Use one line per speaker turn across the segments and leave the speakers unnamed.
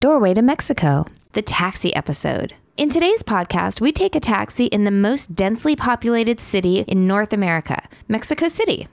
Doorway to Mexico, the taxi episode. In today's podcast, we take a taxi in the most densely populated city in North America, Mexico City.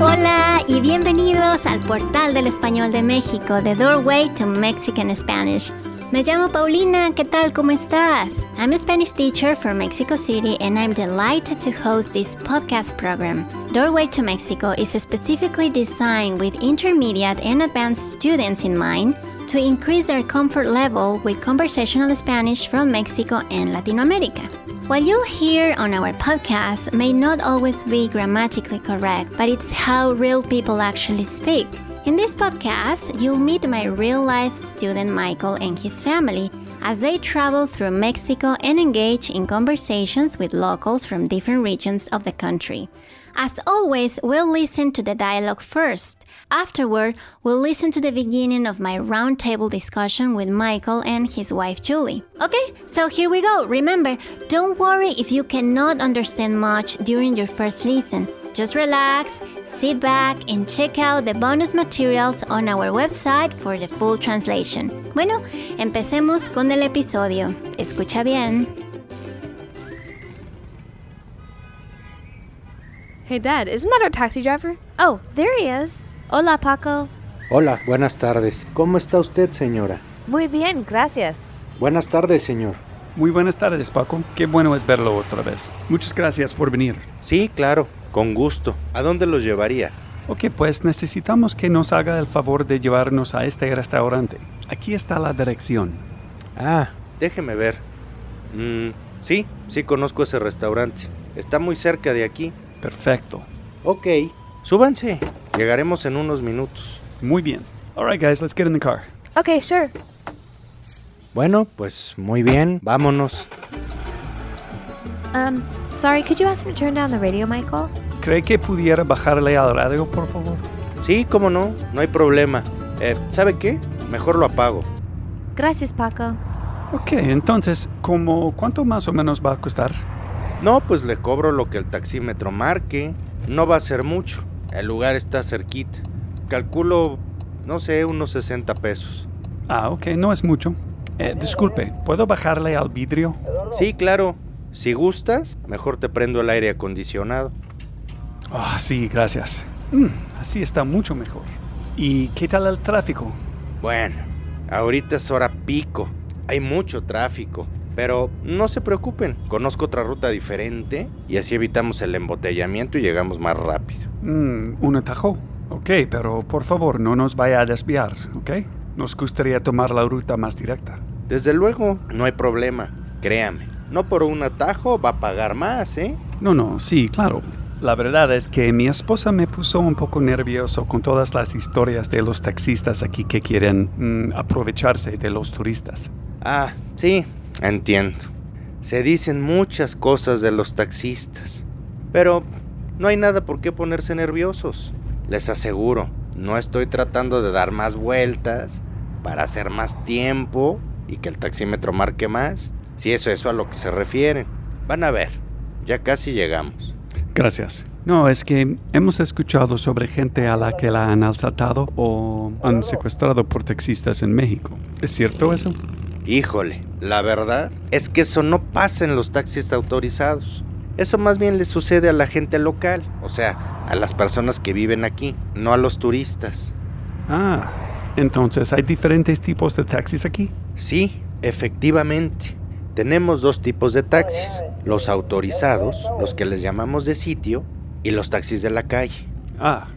Hola y bienvenidos al portal del español de México, The Doorway to Mexican Spanish. Me llamo Paulina, ¿qué tal? ¿Cómo estás? I'm a Spanish teacher from Mexico City and I'm delighted to host this podcast program. Doorway to Mexico is specifically designed with intermediate and advanced students in mind to increase their comfort level with conversational Spanish from Mexico and Latin America. What you'll hear on our podcast may not always be grammatically correct, but it's how real people actually speak. In this podcast, you'll meet my real life student Michael and his family as they travel through Mexico and engage in conversations with locals from different regions of the country. As always, we'll listen to the dialogue first. Afterward, we'll listen to the beginning of my roundtable discussion with Michael and his wife Julie. Okay, so here we go. Remember, don't worry if you cannot understand much during your first listen. Just relax, sit back, and check out the bonus materials on our website for the full translation. Bueno, empecemos con el episodio. Escucha bien.
Hey, Dad, isn't that our taxi driver?
Oh, there he is. Hola, Paco.
Hola, buenas tardes. ¿Cómo está usted, señora?
Muy bien, gracias.
Buenas tardes, señor.
Muy buenas tardes, Paco. Qué bueno es verlo otra vez. Muchas gracias por venir.
Sí, claro, con gusto. ¿A dónde los llevaría?
Ok, pues necesitamos que nos haga el favor de llevarnos a este restaurante. Aquí está la dirección.
Ah,
Déjeme ver. Mm, sí, sí conozco ese restaurante. Está muy cerca de aquí.
Perfecto.
ok.
Súbanse. Llegaremos en unos minutos.
Muy bien. All right, guys, let's get in the car.
Okay, sure.
Bueno, pues muy bien, vámonos.
Um, sorry, could you ask him to turn down the radio, Michael?
¿Cree que pudiera bajarle al radio, por favor?
Sí, cómo no, no hay problema. Eh, ¿Sabe qué? Mejor lo apago.
Gracias, Paco.
Ok, entonces, ¿cómo, ¿cuánto más o menos va a costar?
No, pues le cobro lo que el taxímetro marque. No va a ser mucho. El lugar está cerquita. Calculo, no sé, unos 60 pesos.
Ah, ok, no es mucho. Eh, disculpe, ¿puedo bajarle al vidrio?
Sí, claro. Si gustas, mejor te prendo el aire acondicionado.
Ah, sí, gracias. Mm, así está mucho mejor. ¿Y qué tal el tráfico?
Bueno, ahorita es hora pico. Hay mucho tráfico. Pero no se preocupen, conozco otra ruta diferente y así evitamos el embotellamiento y llegamos más rápido.
Mm, un atajo. Ok, pero por favor no nos vaya a desviar, ¿ok? Nos gustaría tomar la ruta más directa.
Desde luego, no hay problema, créame. No por un atajo va a pagar más, ¿eh?
No, no, sí, claro. La verdad es que mi esposa me puso un poco nervioso con todas las historias de los taxistas aquí que quieren mm, aprovecharse de los turistas.
Ah, sí, entiendo. Se dicen muchas cosas de los taxistas. Pero no hay nada por qué ponerse nerviosos. Les aseguro, no estoy tratando de dar más vueltas para hacer más tiempo y que el taxímetro marque más. Si eso es a lo que se refieren. Van a ver, ya casi llegamos.
Gracias. No, es que hemos escuchado sobre gente a la que la han asaltado o han secuestrado por taxistas en México. ¿Es cierto eso?
Híjole, la verdad es que eso no pasa en los taxis autorizados. Eso más bien le sucede a la gente local, o sea, a las personas que viven aquí, no a los turistas.
Ah, entonces hay diferentes tipos de taxis aquí.
Sí, efectivamente. Tenemos dos tipos de taxis, los autorizados, los que les llamamos de sitio, y los taxis de la calle.
Ah,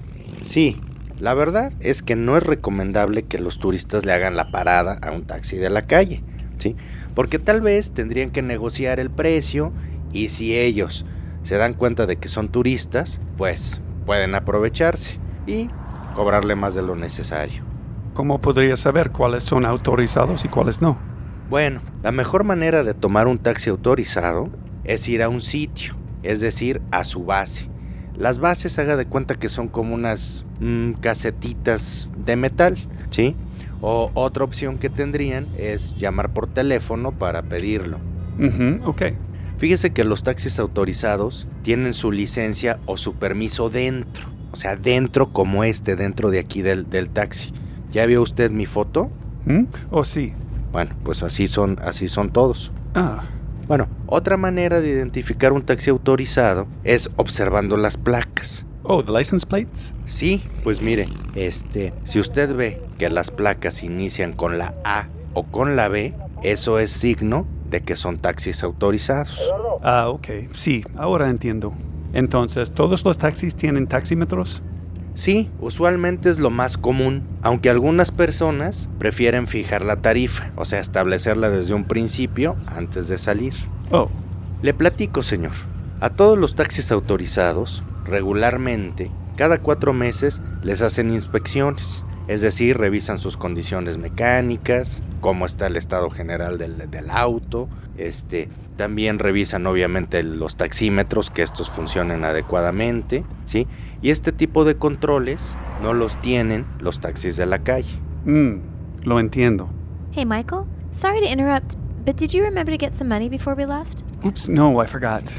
Sí, la verdad es que no es recomendable que los turistas le hagan la parada a un taxi de la calle, ¿sí? Porque tal vez tendrían que negociar el precio y si ellos se dan cuenta de que son turistas, pues pueden aprovecharse y cobrarle más de lo necesario.
¿Cómo podría saber cuáles son autorizados y cuáles no?
Bueno, la mejor manera de tomar un taxi autorizado es ir a un sitio, es decir, a su base. Las bases haga de cuenta que son como unas mm, casetitas de metal, ¿sí? O otra opción que tendrían es llamar por teléfono para pedirlo.
Ujú, ok.
Fíjese que los taxis autorizados tienen su licencia o su permiso dentro. O sea, dentro como este, dentro de aquí del, del taxi. ¿Ya vio usted mi foto?
¿Mm? ¿O sí?
Bueno, pues así son, así son todos.
Ah,
Bueno, otra manera de identificar un taxi autorizado es observando las placas.
oh, the license plates?
Sí, pues mire, este, si usted ve que las placas inician con la A o con la B, eso es signo de que son taxis autorizados.
Ah, ok. Sí, ahora entiendo. Entonces, ¿todos los taxis tienen taxímetros?
Sí, usualmente es lo más común, aunque algunas personas prefieren fijar la tarifa, o sea, establecerla desde un principio antes de salir.
Oh,
Le platico, señor. A todos los taxis autorizados, regularmente, cada cuatro meses les hacen inspecciones. Es decir, revisan sus condiciones mecánicas, cómo está el estado general del, del auto. Este, también revisan obviamente los taxímetros, que estos funcionen adecuadamente. ¿sí? Y este tipo de controles no los tienen los taxis de la calle.
mm, lo entiendo.
Hey, Michael. Sorry to interrupt, but did you remember to get some money before we left?
Oops, no, I forgot.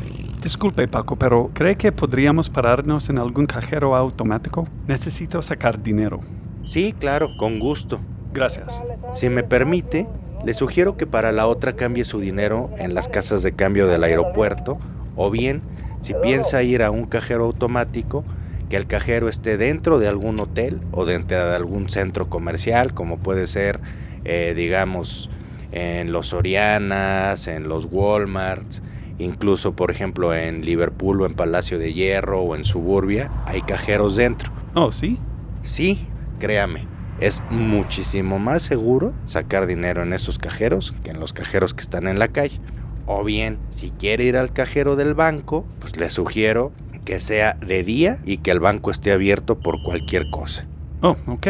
Disculpe, Paco, pero ¿cree que podríamos pararnos en algún cajero automático? Necesito sacar dinero.
Sí, claro, con gusto.
Gracias.
Si me permite, le sugiero que para la otra cambie su dinero en las casas de cambio del aeropuerto o bien, si piensa ir a un cajero automático, que el cajero esté dentro de algún hotel o dentro de algún centro comercial, como puede ser, eh, digamos, en los Sorianas, en los Walmarts, incluso, por ejemplo, en Liverpool o en Palacio de Hierro o en Suburbia, hay cajeros dentro.
Oh, sí.
Sí, créame, es muchísimo más seguro sacar dinero en esos cajeros que en los cajeros que están en la calle. O bien, si quiere ir al cajero del banco, pues le sugiero que sea de día y que el banco esté abierto por cualquier cosa.
Oh, ok.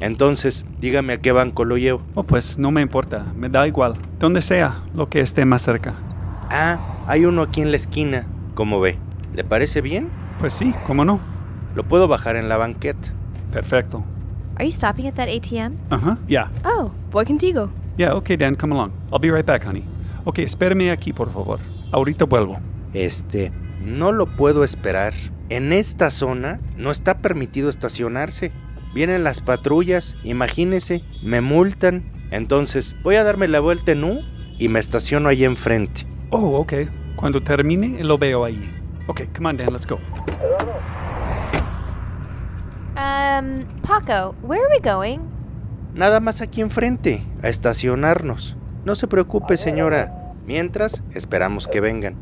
Entonces, dígame a qué banco lo llevo.
Oh, pues no me importa. Me da igual. Donde sea, lo que esté más cerca.
Ah, hay uno aquí en la esquina. ¿Cómo ve? ¿Le parece bien?
Pues sí, ¿cómo no?
Lo puedo bajar en la banqueta.
Perfecto.
Are you stopping at that ATM?
Ajá, ya.
Oh, voy contigo.
Ya, ok, Dan, come along. I'll be right back, honey. Ok, espérame aquí, por favor. Ahorita vuelvo.
Este, no lo puedo esperar. En esta zona no está permitido estacionarse. Vienen las patrullas, imagínese, me multan. Entonces, voy a darme la vuelta en U y me estaciono allí enfrente.
Oh, ok. Cuando termine, lo veo ahí. Ok, come on, Dan, let's go.
Um, Paco, where are we going?
Nada más aquí enfrente, a estacionarnos. No se preocupe, señora. Mientras, esperamos que vengan.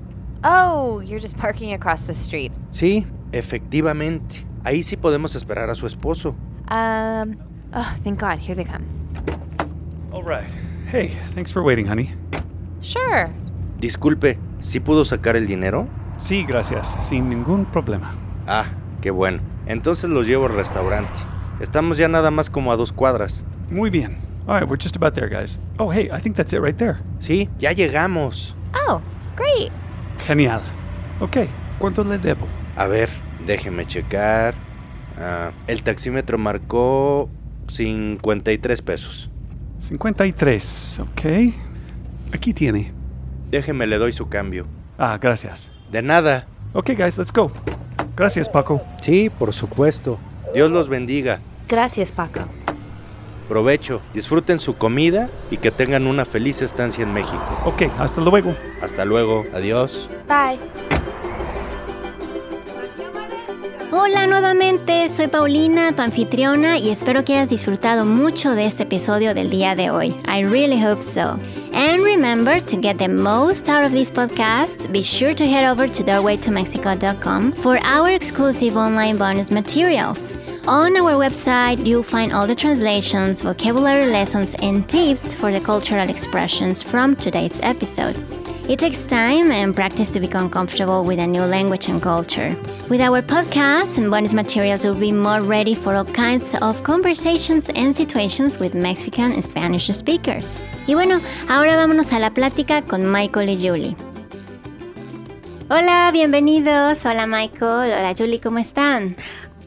Oh, you're just parking across the street.
Sí, efectivamente. Ahí sí podemos esperar a su esposo.
Um, oh, thank God, here they come.
All right. Hey, thanks for waiting, honey.
Sure.
Disculpe, ¿sí pudo sacar el dinero?
Sí, gracias. Sin ningún problema.
Ah, qué bueno. Entonces los llevo al restaurante. Estamos ya nada más como a dos cuadras.
Muy bien. All right, we're just about there, guys. Oh, hey, I think that's it right there.
Sí, ya llegamos.
Oh, great.
Genial. Ok, ¿cuánto le debo?
A ver, déjeme checar. Ah, el taxímetro marcó 53 pesos.
53, ok. Aquí tiene.
Déjeme, le doy su cambio.
Ah, gracias.
De nada.
Ok, guys, let's go. Gracias, Paco.
Sí, por supuesto.
Dios los bendiga.
Gracias, Paco.
Provecho, disfruten su comida y que tengan una feliz estancia en México.
Ok, hasta luego.
Hasta luego, adiós.
Bye.
Hola nuevamente, soy Paulina, tu anfitriona, y espero que hayas disfrutado mucho de este episodio del día de hoy. I really hope so. And remember, to get the most out of these podcasts, be sure to head over to doorwaytomexico.com for our exclusive online bonus materials. On our website, you'll find all the translations, vocabulary lessons, and tips for the cultural expressions from today's episode. It takes time and practice to become comfortable with a new language and culture. With our podcasts and bonus materials, you'll be more ready for all kinds of conversations and situations with Mexican and Spanish speakers. Y bueno, ahora vámonos a la plática con Michael y Julie. Hola, bienvenidos. Hola Michael, hola Julie, ¿cómo están?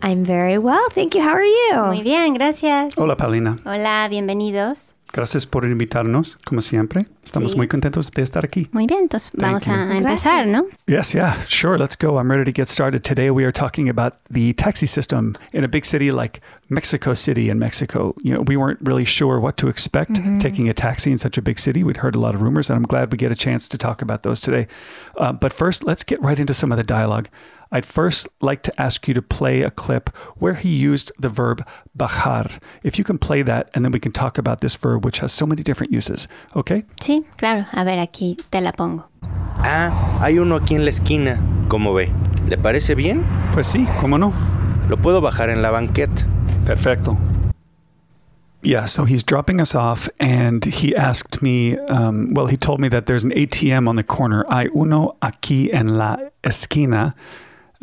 I'm very well, thank you. How are you?
Muy bien, gracias.
Hola, Paulina.
Hola, bienvenidos.
Gracias por invitarnos, como siempre. Estamos
Sí.
muy contentos de estar aquí.
Muy bien, entonces vamos
you.
a empezar, ¿no?
Yes, yeah, sure. Let's go. I'm ready to get started. Today, we are talking about the taxi system in a big city like Mexico City in Mexico. You know, we weren't really sure what to expect taking a taxi in such a big city. We'd heard a lot of rumors, and I'm glad we get a chance to talk about those today. Uh, but first, let's get right into some of the dialogue. I'd first like to ask you to play a clip where he used the verb bajar. If you can play that, and then we can talk about this verb, which has so many different uses. Okay?
Sí, claro. A ver, aquí te la pongo.
Ah, hay uno aquí en la esquina. ¿Cómo ve? ¿Le parece bien?
Pues sí, cómo no.
Lo puedo bajar en la banqueta.
Perfecto. Yeah, so he's dropping us off, and he asked me, um, well, he told me that there's an ATM on the corner. Hay uno aquí en la esquina.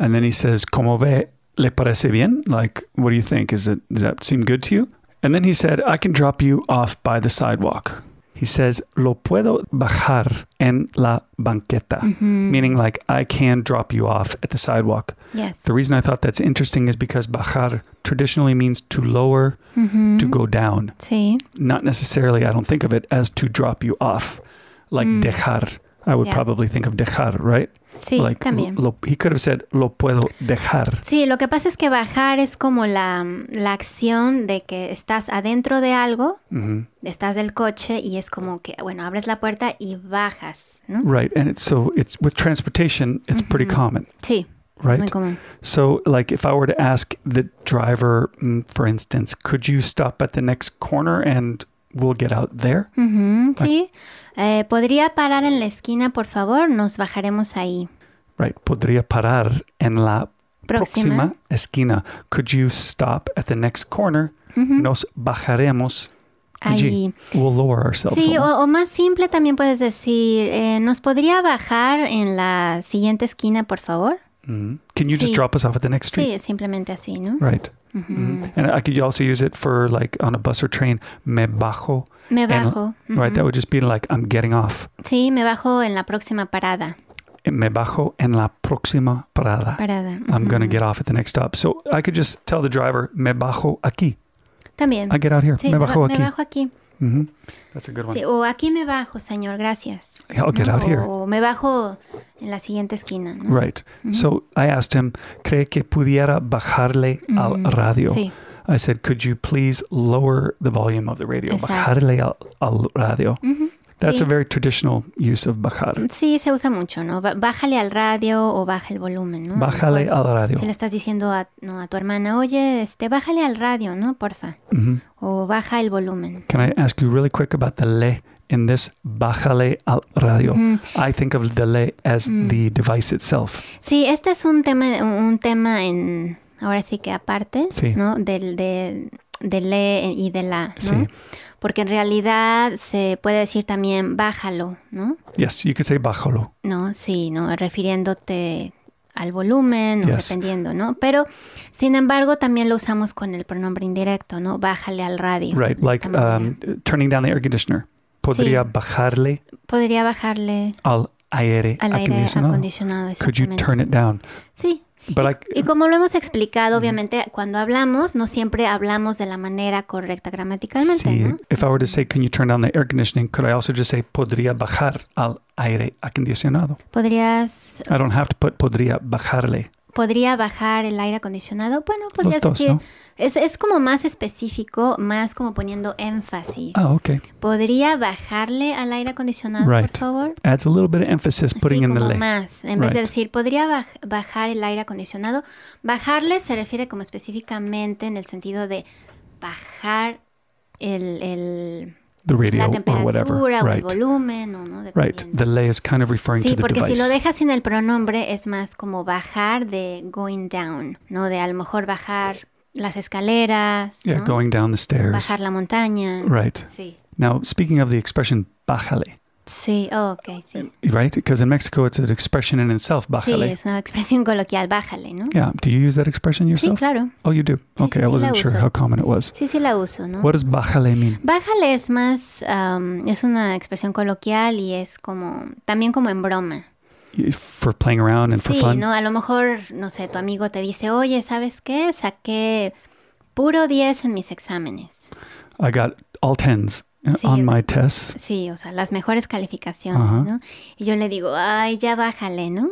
And then he says, Como ve, le parece bien? Like, what do you think? Is it, does that seem good to you? And then he said, I can drop you off by the sidewalk. He says, Lo puedo bajar en la banqueta, meaning like, I can drop you off at the sidewalk.
Yes.
The reason I thought that's interesting is because bajar traditionally means to lower, to
Mm-hmm.
go down.
Sí.
Not necessarily, I don't think of it as to drop you off, like dejar. I
Mm.
would
Yeah.
probably think of dejar, right?
Sí,
like
también.
lo- he could have said lo puedo dejar.
Sí, lo que pasa es que bajar es como la, la acción de que estás adentro de algo, estás del coche y es como que, bueno, abres la puerta y bajas, ¿no?
Right, and it's so it's with transportation, it's
Mm-hmm.
pretty common,
Sí,
right?
muy común.
So, like, if I were to ask the driver, mm, for instance, could you stop at the next corner and we'll get out there?
Mm, Sí, Eh, podría parar en la esquina, por favor, nos bajaremos ahí.
Right. Podría parar en la
Próxima.
próxima esquina. Could you stop at the next corner? Nos bajaremos allí.
Mm-hmm. Ahí.
We'll lower ourselves.
Sí,
almost.
o, o más simple también puedes decir, eh, ¿nos podría bajar en la siguiente esquina, por favor?
Mhm. Can you just
sí.
drop us off at the next street?
Sí, Mm-hmm. simplemente así, ¿no?
Right. Mhm. And I could also use it for like on a bus or train. Me bajo.
Me
en-
bajo.
Right. That would just be like I'm getting off.
Sí, me bajo en la próxima parada.
Me bajo en la próxima parada.
Parada.
I'm going to get off at the next stop. So I could just tell the driver, me bajo aquí.
También.
I get out here.
Sí,
me bajo
ba-
aquí.
Me bajo aquí.
Mhm. That's a good one.
Sí, o aquí me bajo, señor, gracias.
I'll Oh, get out here.
O me bajo en la siguiente esquina. ¿no?
Right.
Mm-hmm.
So I asked him, ¿cree que pudiera bajarle al radio?
Mm-hmm. Sí.
I said, could you please lower the volume of the radio?
Exacto.
Bajarle al, al radio. That's
Sí. Mm-hmm.
a very traditional use of bajar.
Sí, se usa mucho, ¿no? Ba- Bájale al radio o baja el volumen, ¿no? A lo
Bájale
mejor
al radio.
Si le estás diciendo a, no, a tu hermana, oye, este, bájale al radio, ¿no? Porfa.
Mhm.
O baja el volumen.
Can I ask you really quick about the le in this bájale al radio?
Mm-hmm. Mm,
I think of the le as the device itself.
Sí, este es un tema, un- un tema en, ahora sí que aparte,
Sí.
¿no? Del, de, del le y de la, ¿no?
Sí.
Porque en realidad se puede decir también bájalo, ¿no?
Yes, you could say bájalo.
No, sí, no, refiriéndote al volumen, o
Yes.
dependiendo, ¿no? Pero, sin embargo, también lo usamos con el pronombre indirecto, ¿no? Bájale al radio.
Right,
de
like
esta manera.
um, turning down the air conditioner. Podría bajarle
Podría bajarle
al aire
al aire
acondicionado.
acondicionado.
Could you
exactamente.
turn it down?
Sí.
But I,
Y como lo hemos explicado, obviamente, cuando hablamos, no siempre hablamos de la manera correcta gramaticalmente,
see,
¿no?
if I were to say, can you turn down the air conditioning? Could I also just say, podría bajar al aire acondicionado?
Podrías,
I don't have to put podría bajarle.
podría bajar el aire acondicionado. Bueno, podrías
dos,
decir,
¿no?
es, es como más específico, más como poniendo énfasis.
Oh, okay.
¿Podría bajarle al aire acondicionado,
Right.
por favor?
Adds a little bit of emphasis putting
Sí,
in the
como
le.
más. En vez de
Right.
decir, podría baj- bajar el aire acondicionado, bajarle se refiere como específicamente en el sentido de bajar el, el-
The radio
la
or whatever.
temperatura o el
Right.
volumen, o ¿no?
Right.
Dependiendo.
The le is kind of referring
Sí,
to the
porque si
device.
lo dejas sin el pronombre es más como bajar de going down, ¿no? De a lo mejor bajar las escaleras,
yeah,
¿no?
going down the stairs.
bajar la montaña.
Right.
Sí,
Now, speaking of the expression bájale,
sí, oh, ok, sí.
right? Because in Mexico, it's an expression in itself,
Sí,
bájale.
es una expresión coloquial, bájale, ¿no?
Yeah. Do you use that expression
Sí,
yourself?
claro.
Oh, you do?
Sí,
Okay.
sí, sí,
I
la
wasn't sure
uso.
how common it was.
Sí, sí la uso, ¿no?
What does bájale mean?
Bájale es más, am, es una expresión coloquial y es como, también como en broma.
For playing around and for
Sí,
fun?
¿no? A lo mejor, no sé, tu amigo te dice, oye, ¿sabes qué? Saqué puro 10 en mis exámenes.
I got all tens uh,
Sí.
on my tests.
Sí, o sea, las mejores calificaciones,
Ajá.
¿no? Y yo le digo, ay, ya bájale, ¿no?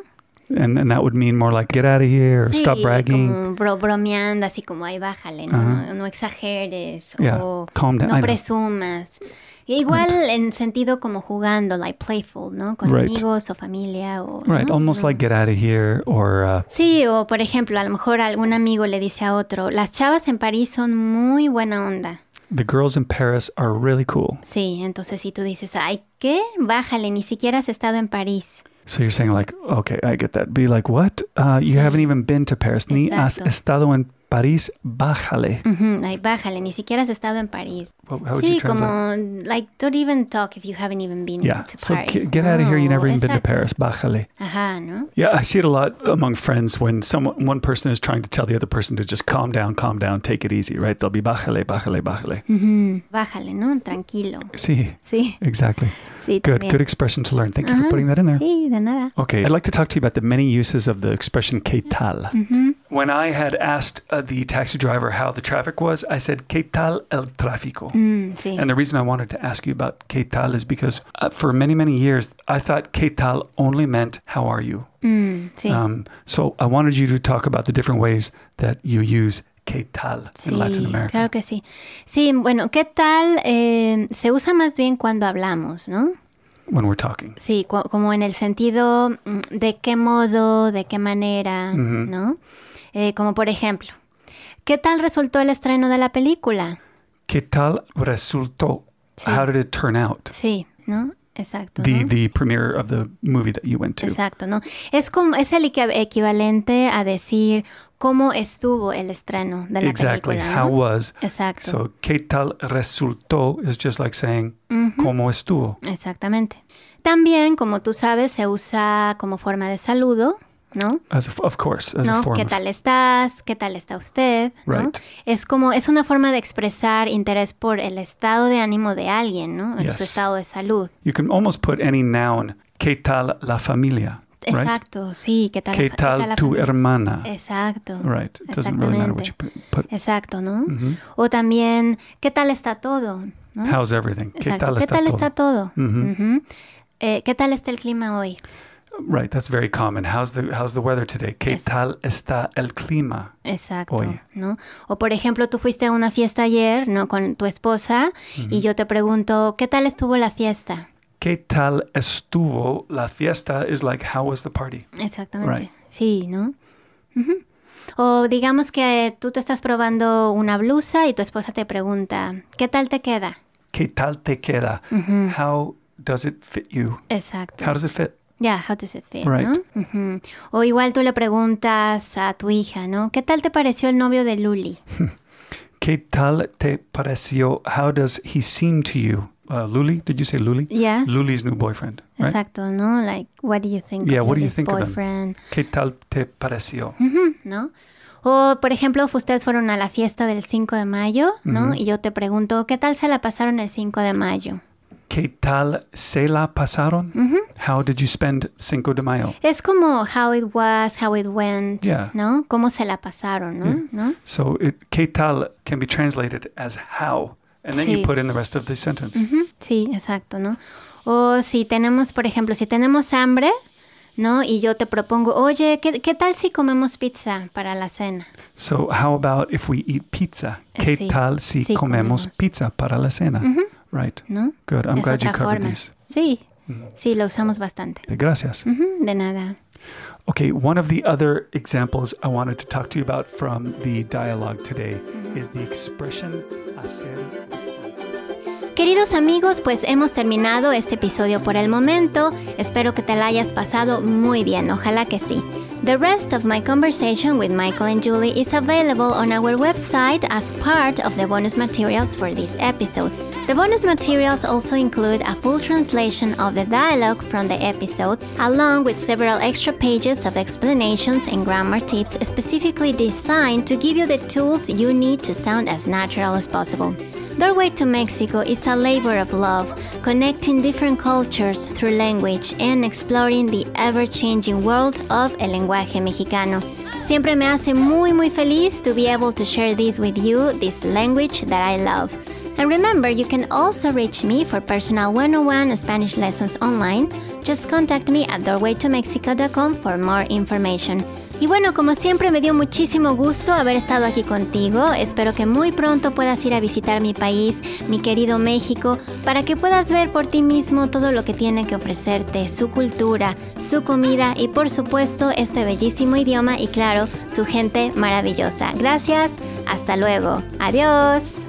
And, and that would mean more like, get out of here or
Sí,
stop bragging.
como bro- bromeando, así como, ay, bájale, ¿no?
Ajá.
No, no exageres
Yeah,
o
calm down,
no
I know.
presumas. Igual en sentido como jugando, like playful, ¿no? Con
Right.
amigos o familia o... ¿no? Mm.
Right, almost like, get out of here or uh,
Sí, o por ejemplo, a lo mejor algún amigo le dice a otro, las chavas en París son muy buena onda.
the girls in Paris are really cool.
Sí, entonces si tú dices, ay, ¿qué? Bájale, ni siquiera has estado en París.
So you're saying like, okay, I get that. Be like, what? Uh, you haven't even been to Paris. Ni has
Exacto.
estado en París. Bájale.
Ujú, ay, bájale, ni siquiera has estado en París.
Well, how would you
Sí,
translate?
como, like, don't even talk if you haven't even been
yeah.
to
So
Paris.
get, get out of here. You
No,
never even been to
exacto.
Paris. Bájale.
Ajá, ¿no?
Yeah, I see it a lot among friends when someone one person is trying to tell the other person to just calm down, calm down, take it easy, right? They'll be bájale, bájale, bájale.
Ujú, Bájale, ¿no? Tranquilo.
See,
Sí,
exactly.
sí,
Good,
también.
good expression to learn. Thank you for
Ajá,
putting that in there.
Sí, de nada.
Okay, I'd like to talk to you about the many uses of the expression "qué tal." When I had asked uh, the taxi driver how the traffic was, I said "qué tal el tráfico."
Mm, sí.
And the reason I wanted to ask you about "qué tal" is because uh, for many, many years I thought "qué tal" only meant "how are you."
Mm, sí.
Um, so I wanted you to talk about the different ways that you use que tal
Sí,
in Latin America.
claro que sí. Sí, bueno, ¿qué tal? Eh, se usa más bien cuando hablamos, ¿no?
When we're talking.
Sí, cu- como en el sentido mm, de qué modo, de qué manera, ¿no? Eh, como por ejemplo, ¿qué tal resultó el estreno de la película?
Que tal resultó?
Sí.
How did it turn out?
Sí, ¿no? Exacto.
The
¿no?
the premiere of the movie that you went to.
Exacto, ¿no? Es, como, es el equi- equivalente a decir cómo estuvo el estreno de la
Exactly.
película.
How
¿no?
was?
Exacto.
So que tal resultó is just like saying
Mm-hmm.
como estuvo.
Exactamente. También, como tú sabes, se usa como forma de saludo, ¿no?
As a, of course, as a
¿No?
form.
¿Qué
of-
tal estás? ¿Qué tal está usted? ¿No?
Right.
Es como, es una forma de expresar interés por el estado de ánimo de alguien, ¿no? En
Yes.
su estado de salud.
You can almost put any noun. Que tal la familia? Right.
Exacto, sí, ¿qué tal, la
Que
fa- qué
tal
la
tu
familia?
hermana?
Exacto.
Right. Mm-hmm. It doesn't really matter what you put. put.
Exacto, ¿no? O también, ¿qué tal está todo? ¿No?
How's everything? Que
Exacto, ¿qué tal
todo? Mm-hmm.
está todo? Ujú. Eh, ¿Qué tal está el clima hoy?
Right, that's very common. How's the how's the weather today? ¿Qué
Yes.
tal está el clima?
Exacto,
Hoy.
¿no? O por ejemplo, tú fuiste a una fiesta ayer, ¿no? Con tu esposa
Mm-hmm.
y yo te pregunto, ¿qué tal estuvo la fiesta?
¿Qué tal estuvo la fiesta? Is like how was the party?
Exactamente.
Right.
Sí, ¿no? Ujú. O digamos que eh, tú te estás probando una blusa y tu esposa te pregunta, ¿qué tal te queda?
¿Qué tal te queda?
Mm.
How does it fit you?
Exacto.
How does it fit?
Yeah, how does it feel,
Right.
¿no? Ujú. O igual tú le preguntas a tu hija, ¿no? ¿Qué tal te pareció el novio de Luli?
¿Qué tal te pareció? How does he seem to you? Uh, Luli, did you say Luli?
Yeah.
Luli's new boyfriend, right?
Exacto, ¿no? Like, what do you think
Yeah,
of
what do you
Luli's
think of him?
boyfriend?
¿Qué tal te pareció?
¿no? O, por ejemplo, ustedes fueron a la fiesta del 5 de mayo, ¿no? Y yo te pregunto, ¿qué tal se la pasaron el 5 de mayo?
¿Qué tal se la pasaron?
Mm.
How did you spend Cinco de Mayo?
Es como how it was, how it went,
Yeah.
¿no? Cómo se la pasaron, ¿no? ¿No?
So it que tal can be translated as how, and then you
Sí. Mm.
put in the rest of the sentence.
Ujú, Sí, exacto, ¿no? O si tenemos, por ejemplo, si tenemos hambre, ¿no? Y yo te propongo, oye, ¿qué, qué tal si comemos pizza para la cena?
So how about if we eat pizza? Que
Eh, Sí.
tal si
Sí,
comemos,
comemos.
pizza para la cena? Right.
¿No?
Good. I'm
es
glad you
otra
covered Mm.
forma.
these. Eh,
Sí, sí, lo usamos bastante.
Gracias.
Ujú, De nada.
Okay, one of the other examples I wanted to talk to you about from the dialogue today
Mm-hmm.
is the expression hacer.
Queridos amigos, pues hemos terminado este episodio por el momento. Espero que te la hayas pasado muy bien, ojalá que sí. The rest of my conversation with Michael and Julie is available on our website as part of the bonus materials for this episode. The bonus materials also include a full translation of the dialogue from the episode, along with several extra pages of explanations and grammar tips specifically designed to give you the tools you need to sound as natural as possible. Doorway to Mexico is a labor of love, connecting different cultures through language and exploring the ever changing world of el lenguaje mexicano. Siempre me hace muy muy feliz to be able to share this with you, this language that I love. And remember, you can also reach me for personal 101 Spanish lessons online. Just contact me at doorwaytomexico.com for more information. Y bueno, como siempre me dio muchísimo gusto haber estado aquí contigo. Espero que muy pronto puedas ir a visitar mi país, mi querido México, para que puedas ver por ti mismo todo lo que tiene que ofrecerte, su cultura, su comida y por supuesto este bellísimo idioma y claro, su gente maravillosa. Gracias, hasta luego. Adiós.